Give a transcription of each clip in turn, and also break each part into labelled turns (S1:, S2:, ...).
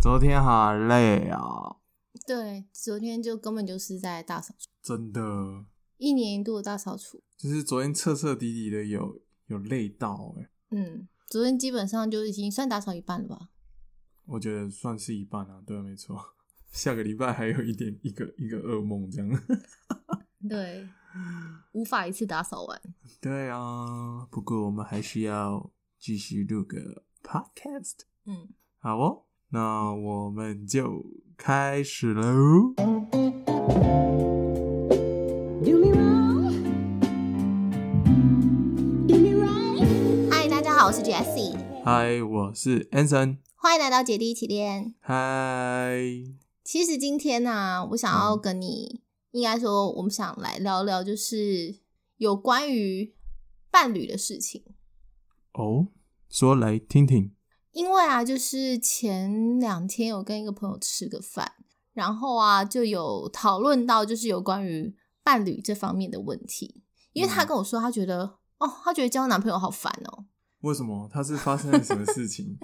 S1: 昨天好累啊，
S2: 对，昨天就根本就是在大扫除，
S1: 真的，
S2: 一年一度的大扫除。
S1: 就是昨天彻彻底底的有有累到哎、
S2: 嗯，昨天基本上就已经算打扫一半了吧？
S1: 我觉得算是一半啊，对啊，没错。 下个礼拜还有一点一个一个噩梦这样，
S2: 对，无法一次打扫完。
S1: 对啊，不过我们还是要继续录个 podcast，
S2: 嗯，
S1: 好哦，那我们就开始喽。
S3: Do me wrong. Do me right.
S2: 嗨，大家好，我是 Jessie，
S1: 嗨，我是 Anson，
S2: 欢迎来到姐弟一起练。
S1: 嗨，
S2: 其实今天呢、我想要跟你，应该说我们想来聊聊，就是有关于伴侣的事情。
S1: 哦，说来听听。
S2: 因为啊，就是前两天有跟一个朋友吃个饭，然后啊就有讨论到就是有关于伴侣这方面的问题，因为他
S1: 嗯
S2: 跟我说他觉得、哦，他觉得交男朋友好烦哦，
S1: 为什么？他是发生了什么事情？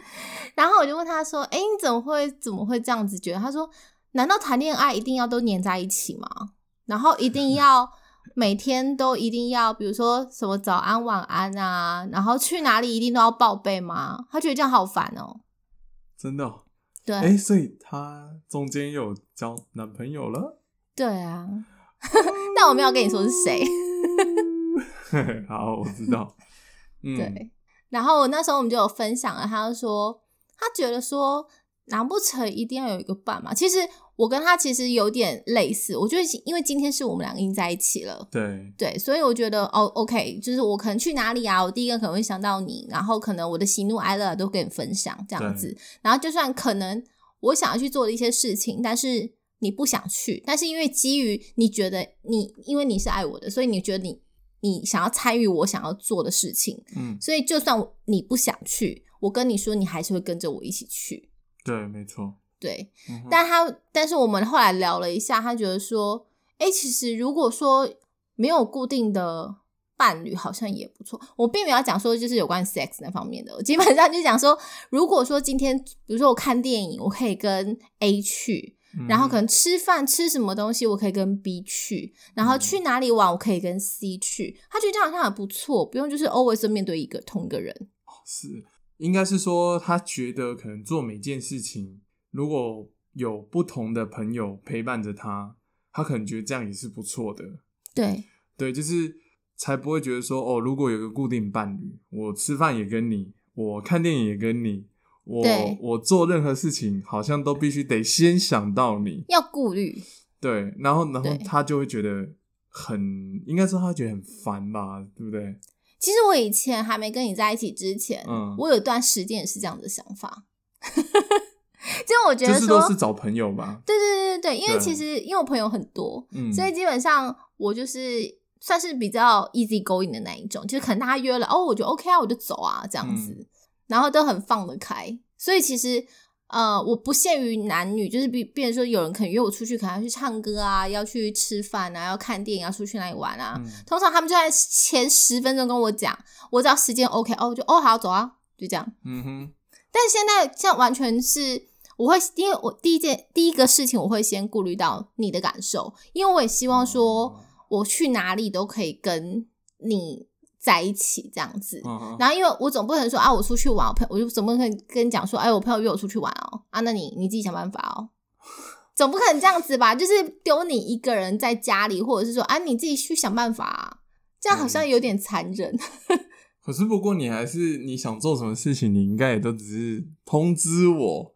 S2: 然后我就问他说，哎，你怎么会怎么会这样子觉得？他说，难道谈恋爱一定要都黏在一起吗？然后一定要每天都一定要，比如说什么早安晚安啊，然后去哪里一定都要报备吗？他觉得这样好烦哦。
S1: 真的、哦？
S2: 对，啊
S1: 哎、所以她中间有交男朋友了？
S2: 对啊， 但我没有跟你说是谁。
S1: 好，我知 道。嗯，
S2: 对，然后我那时候我们就有分享了，他就说他觉得说，难不成一定要有一个伴嘛？其实我跟他其实有点类似，我觉得因为今天是我们两个已经在一起了。
S1: 对
S2: 对，所以我觉得哦，OK，就是我可能去哪里啊，我第一个可能会想到你，然后可能我的喜怒哀乐啊都跟你分享这样
S1: 对
S2: 子，然后就算可能我想要去做的一些事情，但是你不想去，但是因为基于你觉得你因为你是爱我的，所以你觉得你你想要参与我想要做的事情，
S1: 嗯，
S2: 所以就算我你不想去，我跟你说你还是会跟着我一起去，
S1: 对，没错。
S2: 对，
S1: 嗯哼
S2: 但他但是我们后来聊了一下，他觉得说，哎、其实如果说没有固定的伴侣，好像也不错。我并没有要讲说就是有关 sex 那方面的，我基本上就讲说，如果说今天比如说我看电影，我可以跟 A 去，
S1: 嗯
S2: 然后可能吃饭吃什么东西，我可以跟 B 去，
S1: 嗯
S2: 然后去哪里玩，我可以跟 C 去。他觉得这样好像很不错，不用就是 always 面对一个同一个人。
S1: 是应该是说，她觉得可能做每件事情，如果有不同的朋友陪伴着她，她可能觉得这样也是不错的。
S2: 对
S1: 对，就是才不会觉得说哦，如果有个固定伴侣，我吃饭也跟你，我看电影也跟你，我
S2: 对
S1: 我做任何事情好像都必须得先想到你，
S2: 要顾虑，
S1: 对，然后然后
S2: 对
S1: 他就会觉得很，应该说他觉得很烦吧，对不对？
S2: 其实我以前还没跟你在一起之前，
S1: 嗯
S2: 呃我有一段时间也是这样的想法， 就我觉
S1: 就
S2: 得
S1: 是都
S2: 说，
S1: 是找朋友吧，
S2: 对对对对对，因为
S1: 对
S2: 其实因为我朋友很多，
S1: 嗯，
S2: 所以基本上我就是算是比较 easy going 的那一种，就是可能大家约了，哦，我就 OK 啊，我就走啊这样
S1: 嗯
S2: 子，然后都很放得开，所以其实。呃，我不限于男女，就是比，比如说有人可能约我出去，可能要去唱歌啊，要去吃饭啊，要看电影啊，出去哪里玩啊，
S1: 嗯
S2: 通常他们就在前十分钟跟我讲，我只要时间 OK 哦，我就哦好走啊，就这样。
S1: 嗯哼，
S2: 但现在像完全是我会，因为我第一件第一个事情我会先顾虑到你的感受，因为我也希望说
S1: 哦，
S2: 我去哪里都可以跟你在一起这样子。
S1: 嗯
S2: 然后，因为我总不能说啊，我出去玩，我朋友我就总不能跟你讲说，哎，我朋友约我出去玩哦，啊，那你你自己想办法 哦，总不可能这样子吧？就是丢你一个人在家里，或者是说，啊，你自己去想办法、啊，
S1: 嗯
S2: 这样好像有点残忍。
S1: 哦可是不过你还是你想做什么事情，你应该也都只是通知我。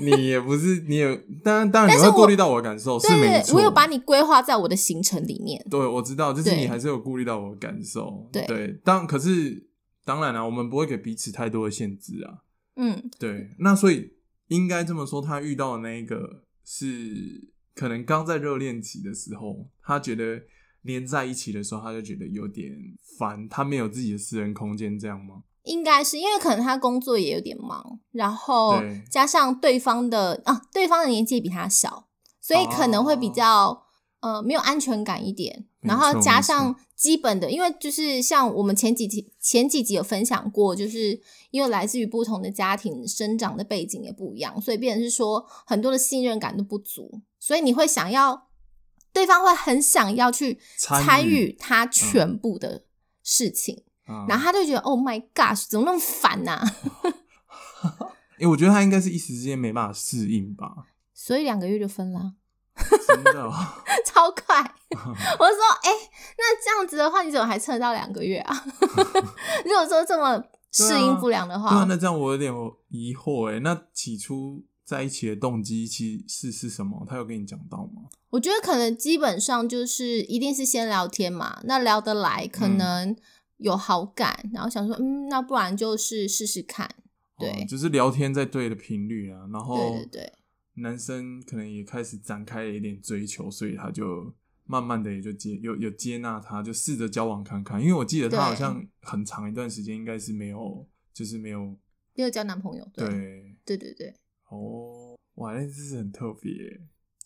S1: 你也不是，你也当然当然你
S2: 但是
S1: 会
S2: 我
S1: 顾虑到我的感受，是
S2: 对
S1: 没
S2: 对，
S1: 错。
S2: 我有把你规划在我的行程里面。
S1: 对，我知道，就是
S2: 对
S1: 你还是有顾虑到我的感受。
S2: 对
S1: 当可是当然了、我们不会给彼此太多的限制啊。
S2: 嗯，
S1: 对，那所以应该这么说，他遇到的那一个是可能刚在热恋期的时候，他觉得连在一起的时候，他就觉得有点烦，他没有自己的私人空间，这样吗？
S2: 应该是因为可能他工作也有点忙，然后
S1: 对
S2: 加上对方的啊，对方的年纪也比他小，所以可能会比
S1: 哦
S2: 较、呃没有安全感一点。
S1: 没
S2: 然后
S1: 错
S2: 加
S1: 没
S2: 上基本的，因为就是像我们前几集前几集有分享过，就是因为来自于不同的家庭，生长的背景也不一样，所以变成是说很多的信任感都不足，所以你会想要对方会很想要去
S1: 参与嗯
S2: 参与他全部的事情，
S1: 啊
S2: 然后他就觉得 Oh my gosh，怎么那么烦呐、
S1: 因为欸我觉得他应该是一时之间没办法适应吧，
S2: 所以两个月就分了，
S1: 真的哦、
S2: 超 快。我就说，哎、那这样子的话，你怎么还撑得到两个月啊？ 如果说这么适应不良的话，
S1: 对啊，那这样我有点疑惑哎、那起初在一起的动机其实是什么？他有跟你讲到吗？
S2: 我觉得可能基本上就是一定是先聊天嘛，那聊得来，可能
S1: 嗯
S2: 有好感，然后想说，嗯，那不然就是试试看。对
S1: 哦就是聊天在对的频率啊，然后
S2: 对对对，
S1: 男生可能也开始展开了一点追求，所以他就慢慢的也就接有有接纳他，就试着交往看看。因为我记得
S2: 对
S1: 他好像很长一段时间应该是没有，就是没有
S2: 没有交男朋友，对
S1: 对
S2: 对对对
S1: 哦，哇，那这是很特别欸耶，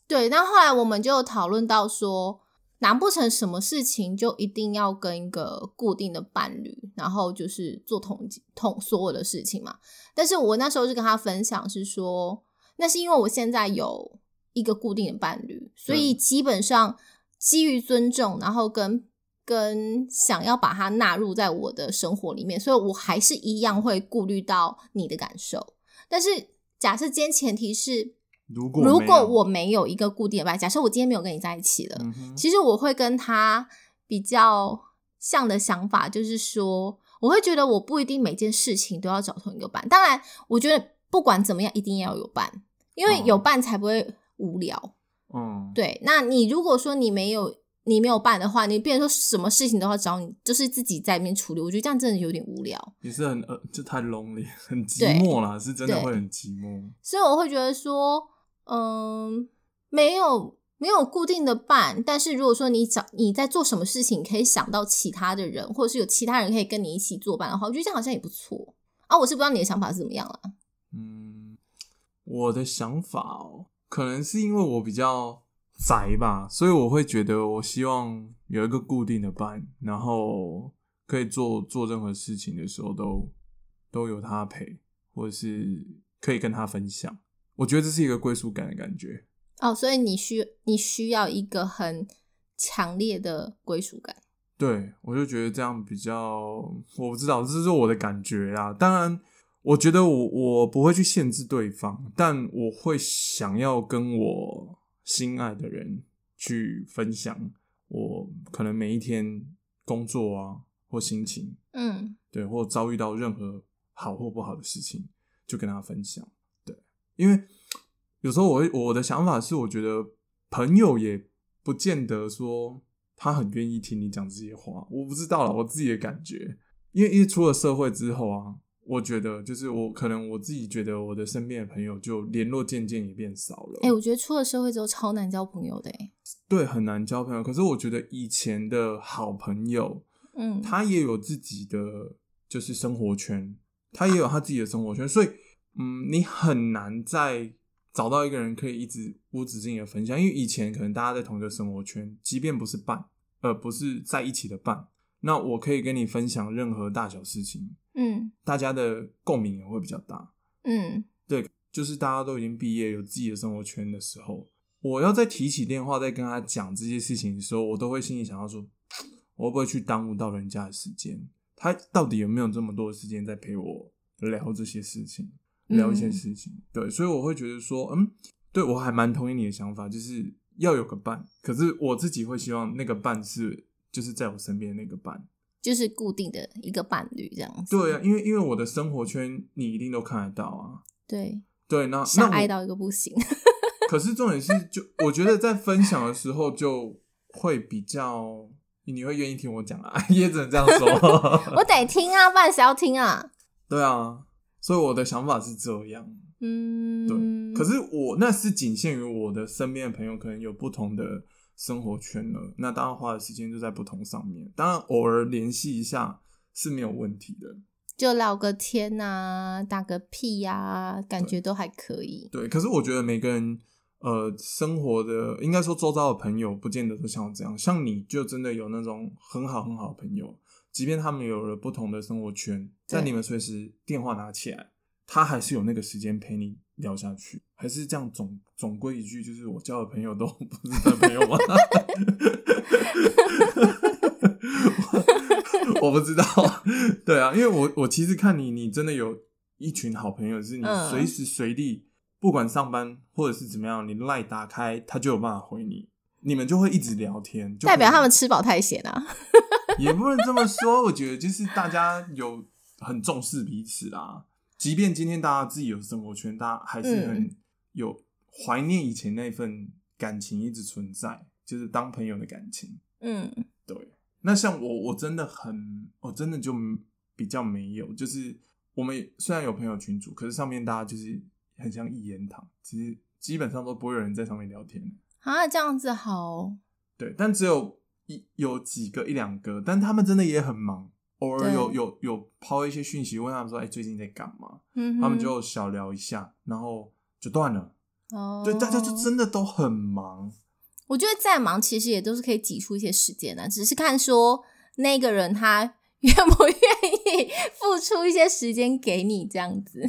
S2: 对。那后来我们就讨论到说，难不成什么事情就一定要跟一个固定的伴侣，然后就是做同同所有的事情嘛？但是我那时候就跟他分享是说，那是因为我现在有一个固定的伴侣，所以基本上基于尊重，然后跟跟想要把它纳入在我的生活里面，所以我还是一样会顾虑到你的感受。但是假设今天前提是，
S1: 如果
S2: 如
S1: 没
S2: 果
S1: 有
S2: 我没有一个固定的伴，假设我今天没有跟你在一起了，
S1: 嗯哼
S2: 其实我会跟他比较像的想法，就是说，我会觉得我不一定每件事情都要找同一个伴。当然，我觉得不管怎么样，一定要有伴，因为
S1: 哦
S2: 有伴才不会无聊。
S1: 嗯
S2: 对，那你如果说你没有你没有伴的话，你变成说什么事情都要找你，就是自己在里面处理，我觉得这样真的有点无聊。
S1: 也是很呃，就太 lonely，很 寂
S2: 对
S1: 寞啦，是真的
S2: 对
S1: 会很寂寞。
S2: 所以我会觉得说，嗯，没有没有固定的伴，但是如果说你找你在做什么事情，你可以想到其他的人，或者是有其他人可以跟你一起作伴的话，我觉得这样好像也不错啊。我是不知道你的想法是怎么样了，
S1: 嗯，我的想法哦，可能是因为我比较宅吧，所以我会觉得我希望有一个固定的班，然后可以做做任何事情的时候都都有他陪，或者是可以跟他分享。我觉得这是一个归属感的感觉。
S2: 哦，所以你需你需要一个很强烈的归属感。
S1: 对，我就觉得这样比较，我不知道，这是我的感觉啦。当然，我觉得我我不会去限制对方，但我会想要跟我心爱的人去分享我可能每一天工作啊或心情，
S2: 嗯，
S1: 对，或遭遇到任何好或不好的事情，就跟他分享。对，因为有时候我会我的想法是，我觉得朋友也不见得说他很愿意听你讲这些话，我不知道了，我自己的感觉，因为因为出了社会之后啊，我觉得就是我可能我自己觉得我的身边的朋友就联络渐渐也变少了。
S2: 哎、我觉得出了社会之后超难交朋友的、欸，
S1: 对，很难交朋友。可是我觉得以前的好朋友，
S2: 嗯，
S1: 他也有自己的就是生活圈，他也有他自己的生活圈，所以嗯，你很难再找到一个人可以一直无止境的分享，因为以前可能大家在同一个生活圈，即便不是伴，呃，不是在一起的伴，那我可以跟你分享任何大小事情，
S2: 嗯
S1: 大家的共鸣也会比较大。
S2: 嗯，
S1: 就是大家都已经毕业，有自己的生活圈的时候，我要再提起电话再跟他讲这些事情的时候，我都会心里想要说，我会不会去耽误到人家的时间？他到底有没有这么多的时间在陪我聊这些事情，
S2: 嗯
S1: 聊一些事情？对，所以我会觉得说，嗯，对我还蛮同意你的想法，就是要有个伴。可是我自己会希望那个伴是就是在我身边的那个伴。
S2: 就是固定的一个伴侣这样子。
S1: 对啊，因为因为我的生活圈你一定都看得到啊。
S2: 对，
S1: 对，那那
S2: 相
S1: 我
S2: 爱到一个 不行。
S1: 可是重点是，就我觉得在分享的时候就会比较，你会愿意听我讲啊， 也只能这样 说。
S2: 我得听啊，不然谁要听啊？
S1: 对啊，所以我的想法是这样。
S2: 嗯，
S1: 对，可是我那是仅限于我的身边的朋友，可能有不同的生活圈了。那当然花的时间就在不同上面，当然偶尔联系一下是没有问题的。
S2: 就聊个天啊，打个屁呀、啊，感觉都还可以。
S1: 对，可是我觉得每个人呃生活的，应该说周遭的朋友，不见得都像我这样。像你就真的有那种很好很好的朋友，即便他们有了不同的生活圈，
S2: 对
S1: 但你们随时电话拿起来，他还是有那个时间陪你聊下去。还是这样总总归一句，就是我交的朋友都 不是真朋友吗？ 我 不知道，对啊，因为我我其实看你，你真的有一群好朋友，是你
S2: 嗯
S1: 随时随地，不管上班或者是怎么样，你赖打开，他就有办法回你，你们就会一直聊天，就
S2: 代表
S1: 可能
S2: 他们吃饱太闲 啊。
S1: 也不能这么说，我觉得就是大家有很重视彼此啦，即便今天大家自己有生活圈，大家还是
S2: 嗯
S1: 很有怀念以前那份感情一直存在，就是当朋友的感情。
S2: 嗯，
S1: 对，那像我，我真的很，我真的就比较没有，就是我们虽然有朋友群组，可是上面大家就是很像一言堂，其实基本上都不会有人在上面聊天。
S2: 啊，这样子好，
S1: 对，但只有一有几个一两个，但他们真的也很忙，偶尔
S2: 对
S1: 有有有抛一些讯息问他们说，哎、最近在干嘛？
S2: 嗯哼，
S1: 他们就小聊一下，然后就断了。
S2: 哦，
S1: 对，大家就真的都很忙。
S2: 我觉得再忙其实也都是可以挤出一些时间的、只是看说那个人他愿不愿意付出一些时间给你这样子。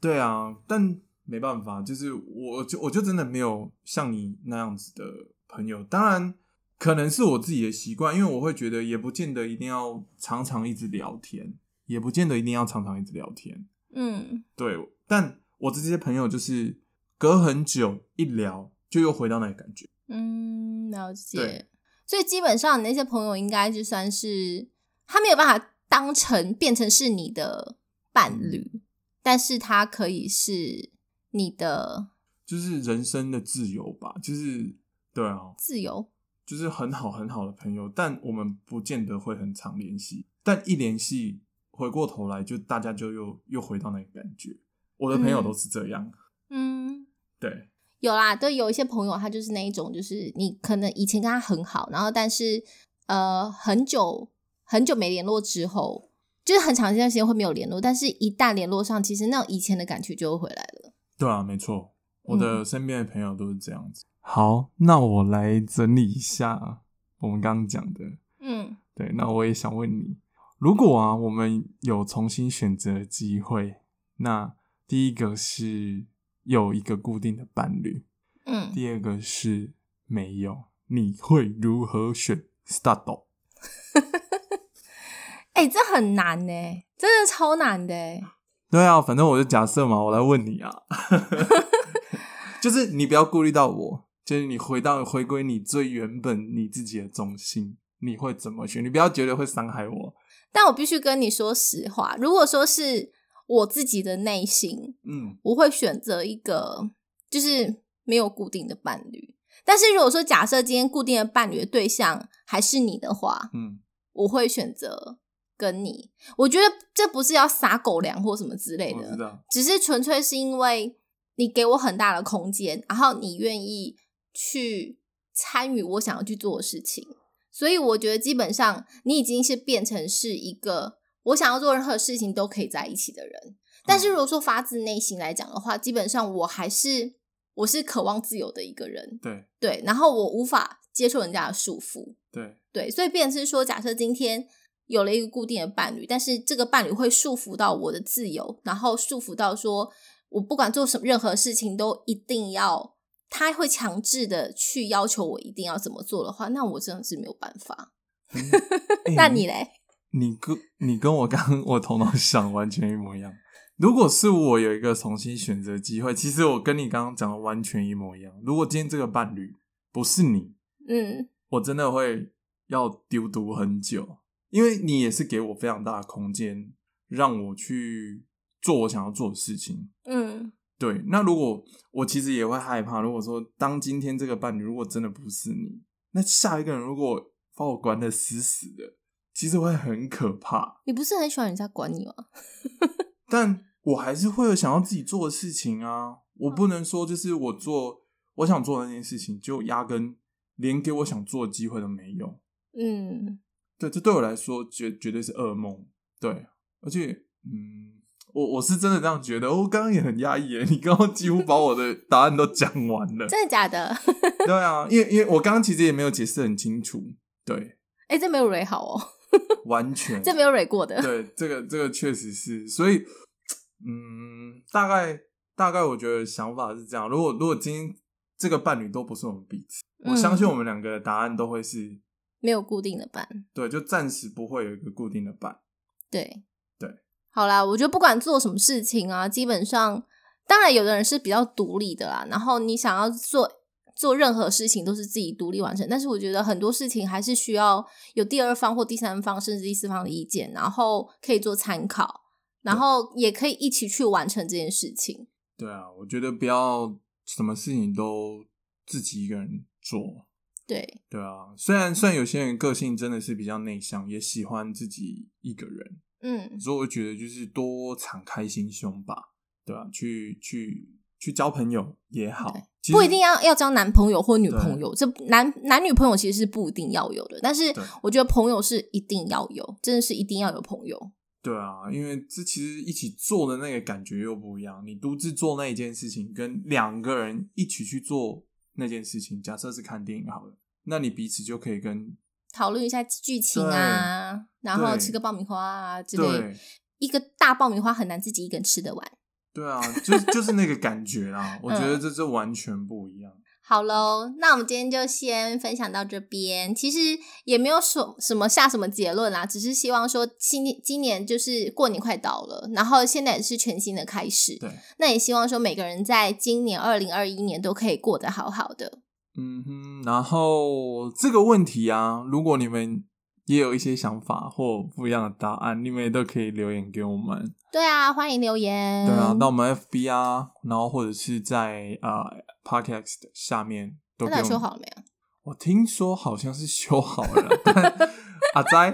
S1: 对啊，但没办法，就是我就我就真的没有像你那样子的朋友。当然，可能是我自己的习惯，因为我会觉得也不见得一定要常常一直聊天，也不见得一定要常常一直聊天。
S2: 嗯，
S1: 对，但我这些朋友就是隔很久一聊，就又回到那个感觉。
S2: 嗯，了解
S1: 对。
S2: 所以基本上，你那些朋友应该就算是他没有办法当成变成是你的伴侣，但是他可以是你的
S1: 就是人生的自由吧，就是对啊，
S2: 自由。
S1: 就是很好很好的朋友，但我们不见得会很常联系，但一联系，回过头来就大家就又又回到那个感觉。我的朋友
S2: 嗯
S1: 都是这样，
S2: 嗯，
S1: 对，
S2: 有啦，对，有一些朋友他就是那一种，就是你可能以前跟他很好，然后但是呃很久很久没联络之后，就是很长一段时间会没有联络，但是一旦联络上，其实那种以前的感觉就会回来了。
S1: 对啊，没错，我的身边的朋友都是这样子。好，那我来整理一下我们刚刚讲的。
S2: 嗯，
S1: 对，那我也想问你，如果啊，我们有重新选择的机会，那第一个是有一个固定的伴侣，
S2: 嗯，
S1: 第二个是没有，你会如何选？Start，
S2: 哎、这很难呢、真的超难的、欸。
S1: 对啊，反正我就假设嘛，我来问你啊， 就是你不要顾虑到我，就是你回到回归你最原本你自己的中心，你会怎么选？你不要觉得会伤害我，
S2: 但我必须跟你说实话，如果说是我自己的内心，
S1: 嗯
S2: 我会选择一个就是没有固定的伴侣。但是如果说假设今天固定的伴侣的对象还是你的话，
S1: 嗯，
S2: 我会选择跟你。我觉得这不是要撒狗粮或什么之类
S1: 我知
S2: 的，
S1: 道，
S2: 只是纯粹是因为你给我很大的空间，然后你愿意去参与我想要去做的事情，所以我觉得基本上你已经是变成是一个我想要做任何事情都可以在一起的人。但是如果说发自内心来讲的话，基本上我还是我是渴望自由的一个人，
S1: 对
S2: 对，然后我无法接受人家的束缚，
S1: 对，
S2: 对，所以变成是说，假设今天有了一个固定的伴侣，但是这个伴侣会束缚到我的自由，然后束缚到说我不管做什么任何事情都一定要，他会强制的去要求我一定要怎么做的话，那我真的是没有办法。
S1: 欸
S2: 那你嘞？
S1: 你跟你跟我刚 我头脑想完全一模一样。如果是我有一个重新选择机会，其实我跟你刚刚讲的完全一模一样。如果今天这个伴侣不是你，
S2: 嗯
S1: 我真的会要丢毒很久，因为你也是给我非常大的空间，让我去做我想要做的事情。
S2: 嗯
S1: 对，那如果我其实也会害怕，如果说当今天这个伴侣如果真的不是你，那下一个人如果把我管得死死的，其实会很可怕。
S2: 你不是很喜欢人家管你吗？
S1: 但我还是会有想要自己做的事情啊。我
S2: 嗯
S1: 不能说就是我做我想做的那件事情，就压根连给我想做的机会都没有。
S2: 嗯，
S1: 对，这对我来说绝绝对是噩梦。对，而且嗯，我我是真的这样觉得，我刚刚也很压抑耶，你刚刚几乎把我的答案都讲完了
S2: 。真的假的？
S1: 对啊，因为因为我刚刚其实也没有解释很清楚，对，
S2: 哎、这没有蕊好哦，
S1: 完全
S2: 这没有蕊过 的。
S1: 对，这个这个确实是，所以，嗯，大概大概我觉得想法是这样。如果如果今天这个伴侣都不是我们彼此，我相信
S2: 嗯
S1: 我们两个的答案都会是
S2: 没有固定的伴，
S1: 对，就暂时不会有一个固定的伴。
S2: 对
S1: 对。
S2: 好啦，我觉得不管做什么事情啊，基本上，当然有的人是比较独立的啦，然后你想要做做任何事情都是自己独立完成，但是我觉得很多事情还是需要有第二方或第三方甚至第四方的意见，然后可以做参考，然后也可以一起去完成这件事情。
S1: 对啊，我觉得不要什么事情都自己一个人做。
S2: 对，
S1: 对啊，虽然虽然有些人个性真的是比较内向，也喜欢自己一个人，
S2: 嗯，
S1: 所以我觉得就是多敞开心胸吧，对吧、去去去交朋友也好
S2: 对，
S1: 其实
S2: 不一定要要交男朋友或女
S1: 对
S2: 朋友，这男男女朋友其实是不一定要有的，但是
S1: 对
S2: 我觉得朋友是一定要有，真的是一定要有朋友。
S1: 对啊，因为这其实一起做的那个感觉又不一样。你独自做那一件事情，跟两个人一起去做那件事情，假设是看电影好了，那你彼此就可以跟
S2: 讨论一下剧情啊，然后吃个爆米花啊之类。
S1: 对
S2: 一个大爆米花很难自己一个人吃得完。
S1: 对啊，就就是那个感觉 啦。
S2: 嗯
S1: 我觉得这这完全不一样。
S2: 好喽，那我们今天就先分享到这边。其实也没有什什么下什么结论啦，只是希望说今年今年就是过年快到了，然后现在也是全新的开始。
S1: 对，
S2: 那也希望说每个人在今年二零二一年都可以过得好好的。
S1: 嗯哼，然后这个问题啊，如果你们也有一些想法或不一样的答案，你们也都可以留言给我们。
S2: 对啊，欢迎留言。
S1: 对啊，到我们 FB 啊，然后或者是在呃 Podcast 下面都
S2: 那
S1: 给我
S2: 到
S1: 们
S2: 底说好了没有？
S1: 我听说好像是修好了， 但阿斋，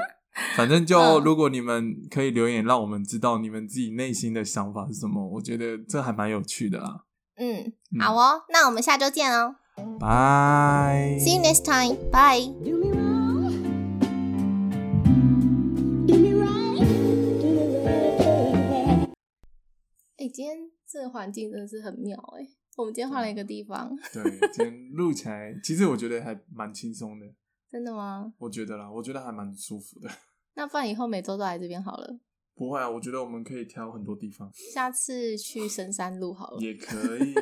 S1: 反正就
S2: 嗯
S1: 如果你们可以留言，让我们知道你们自己内心的想法是什么，我觉得这还蛮有趣的啦。
S2: 嗯，
S1: 嗯
S2: 好哦，那我们下周见哦。
S1: 拜
S2: See you next time. Bye.
S3: Do me wrong. Do me right. Do me right.
S2: 哎、今天这个环境真的是很妙哎、我们今天换了一个地方，
S3: 啊
S1: 对，今天录起来，其实我觉得还蛮轻松的，
S2: 真的吗？
S1: 我觉得啦，我觉得还蛮舒服的。
S2: 那不然以后每周都来这边好了，
S1: 不会啊，我觉得我们可以挑很多地方，
S2: 哦下次去深山路好了。
S1: 也可以。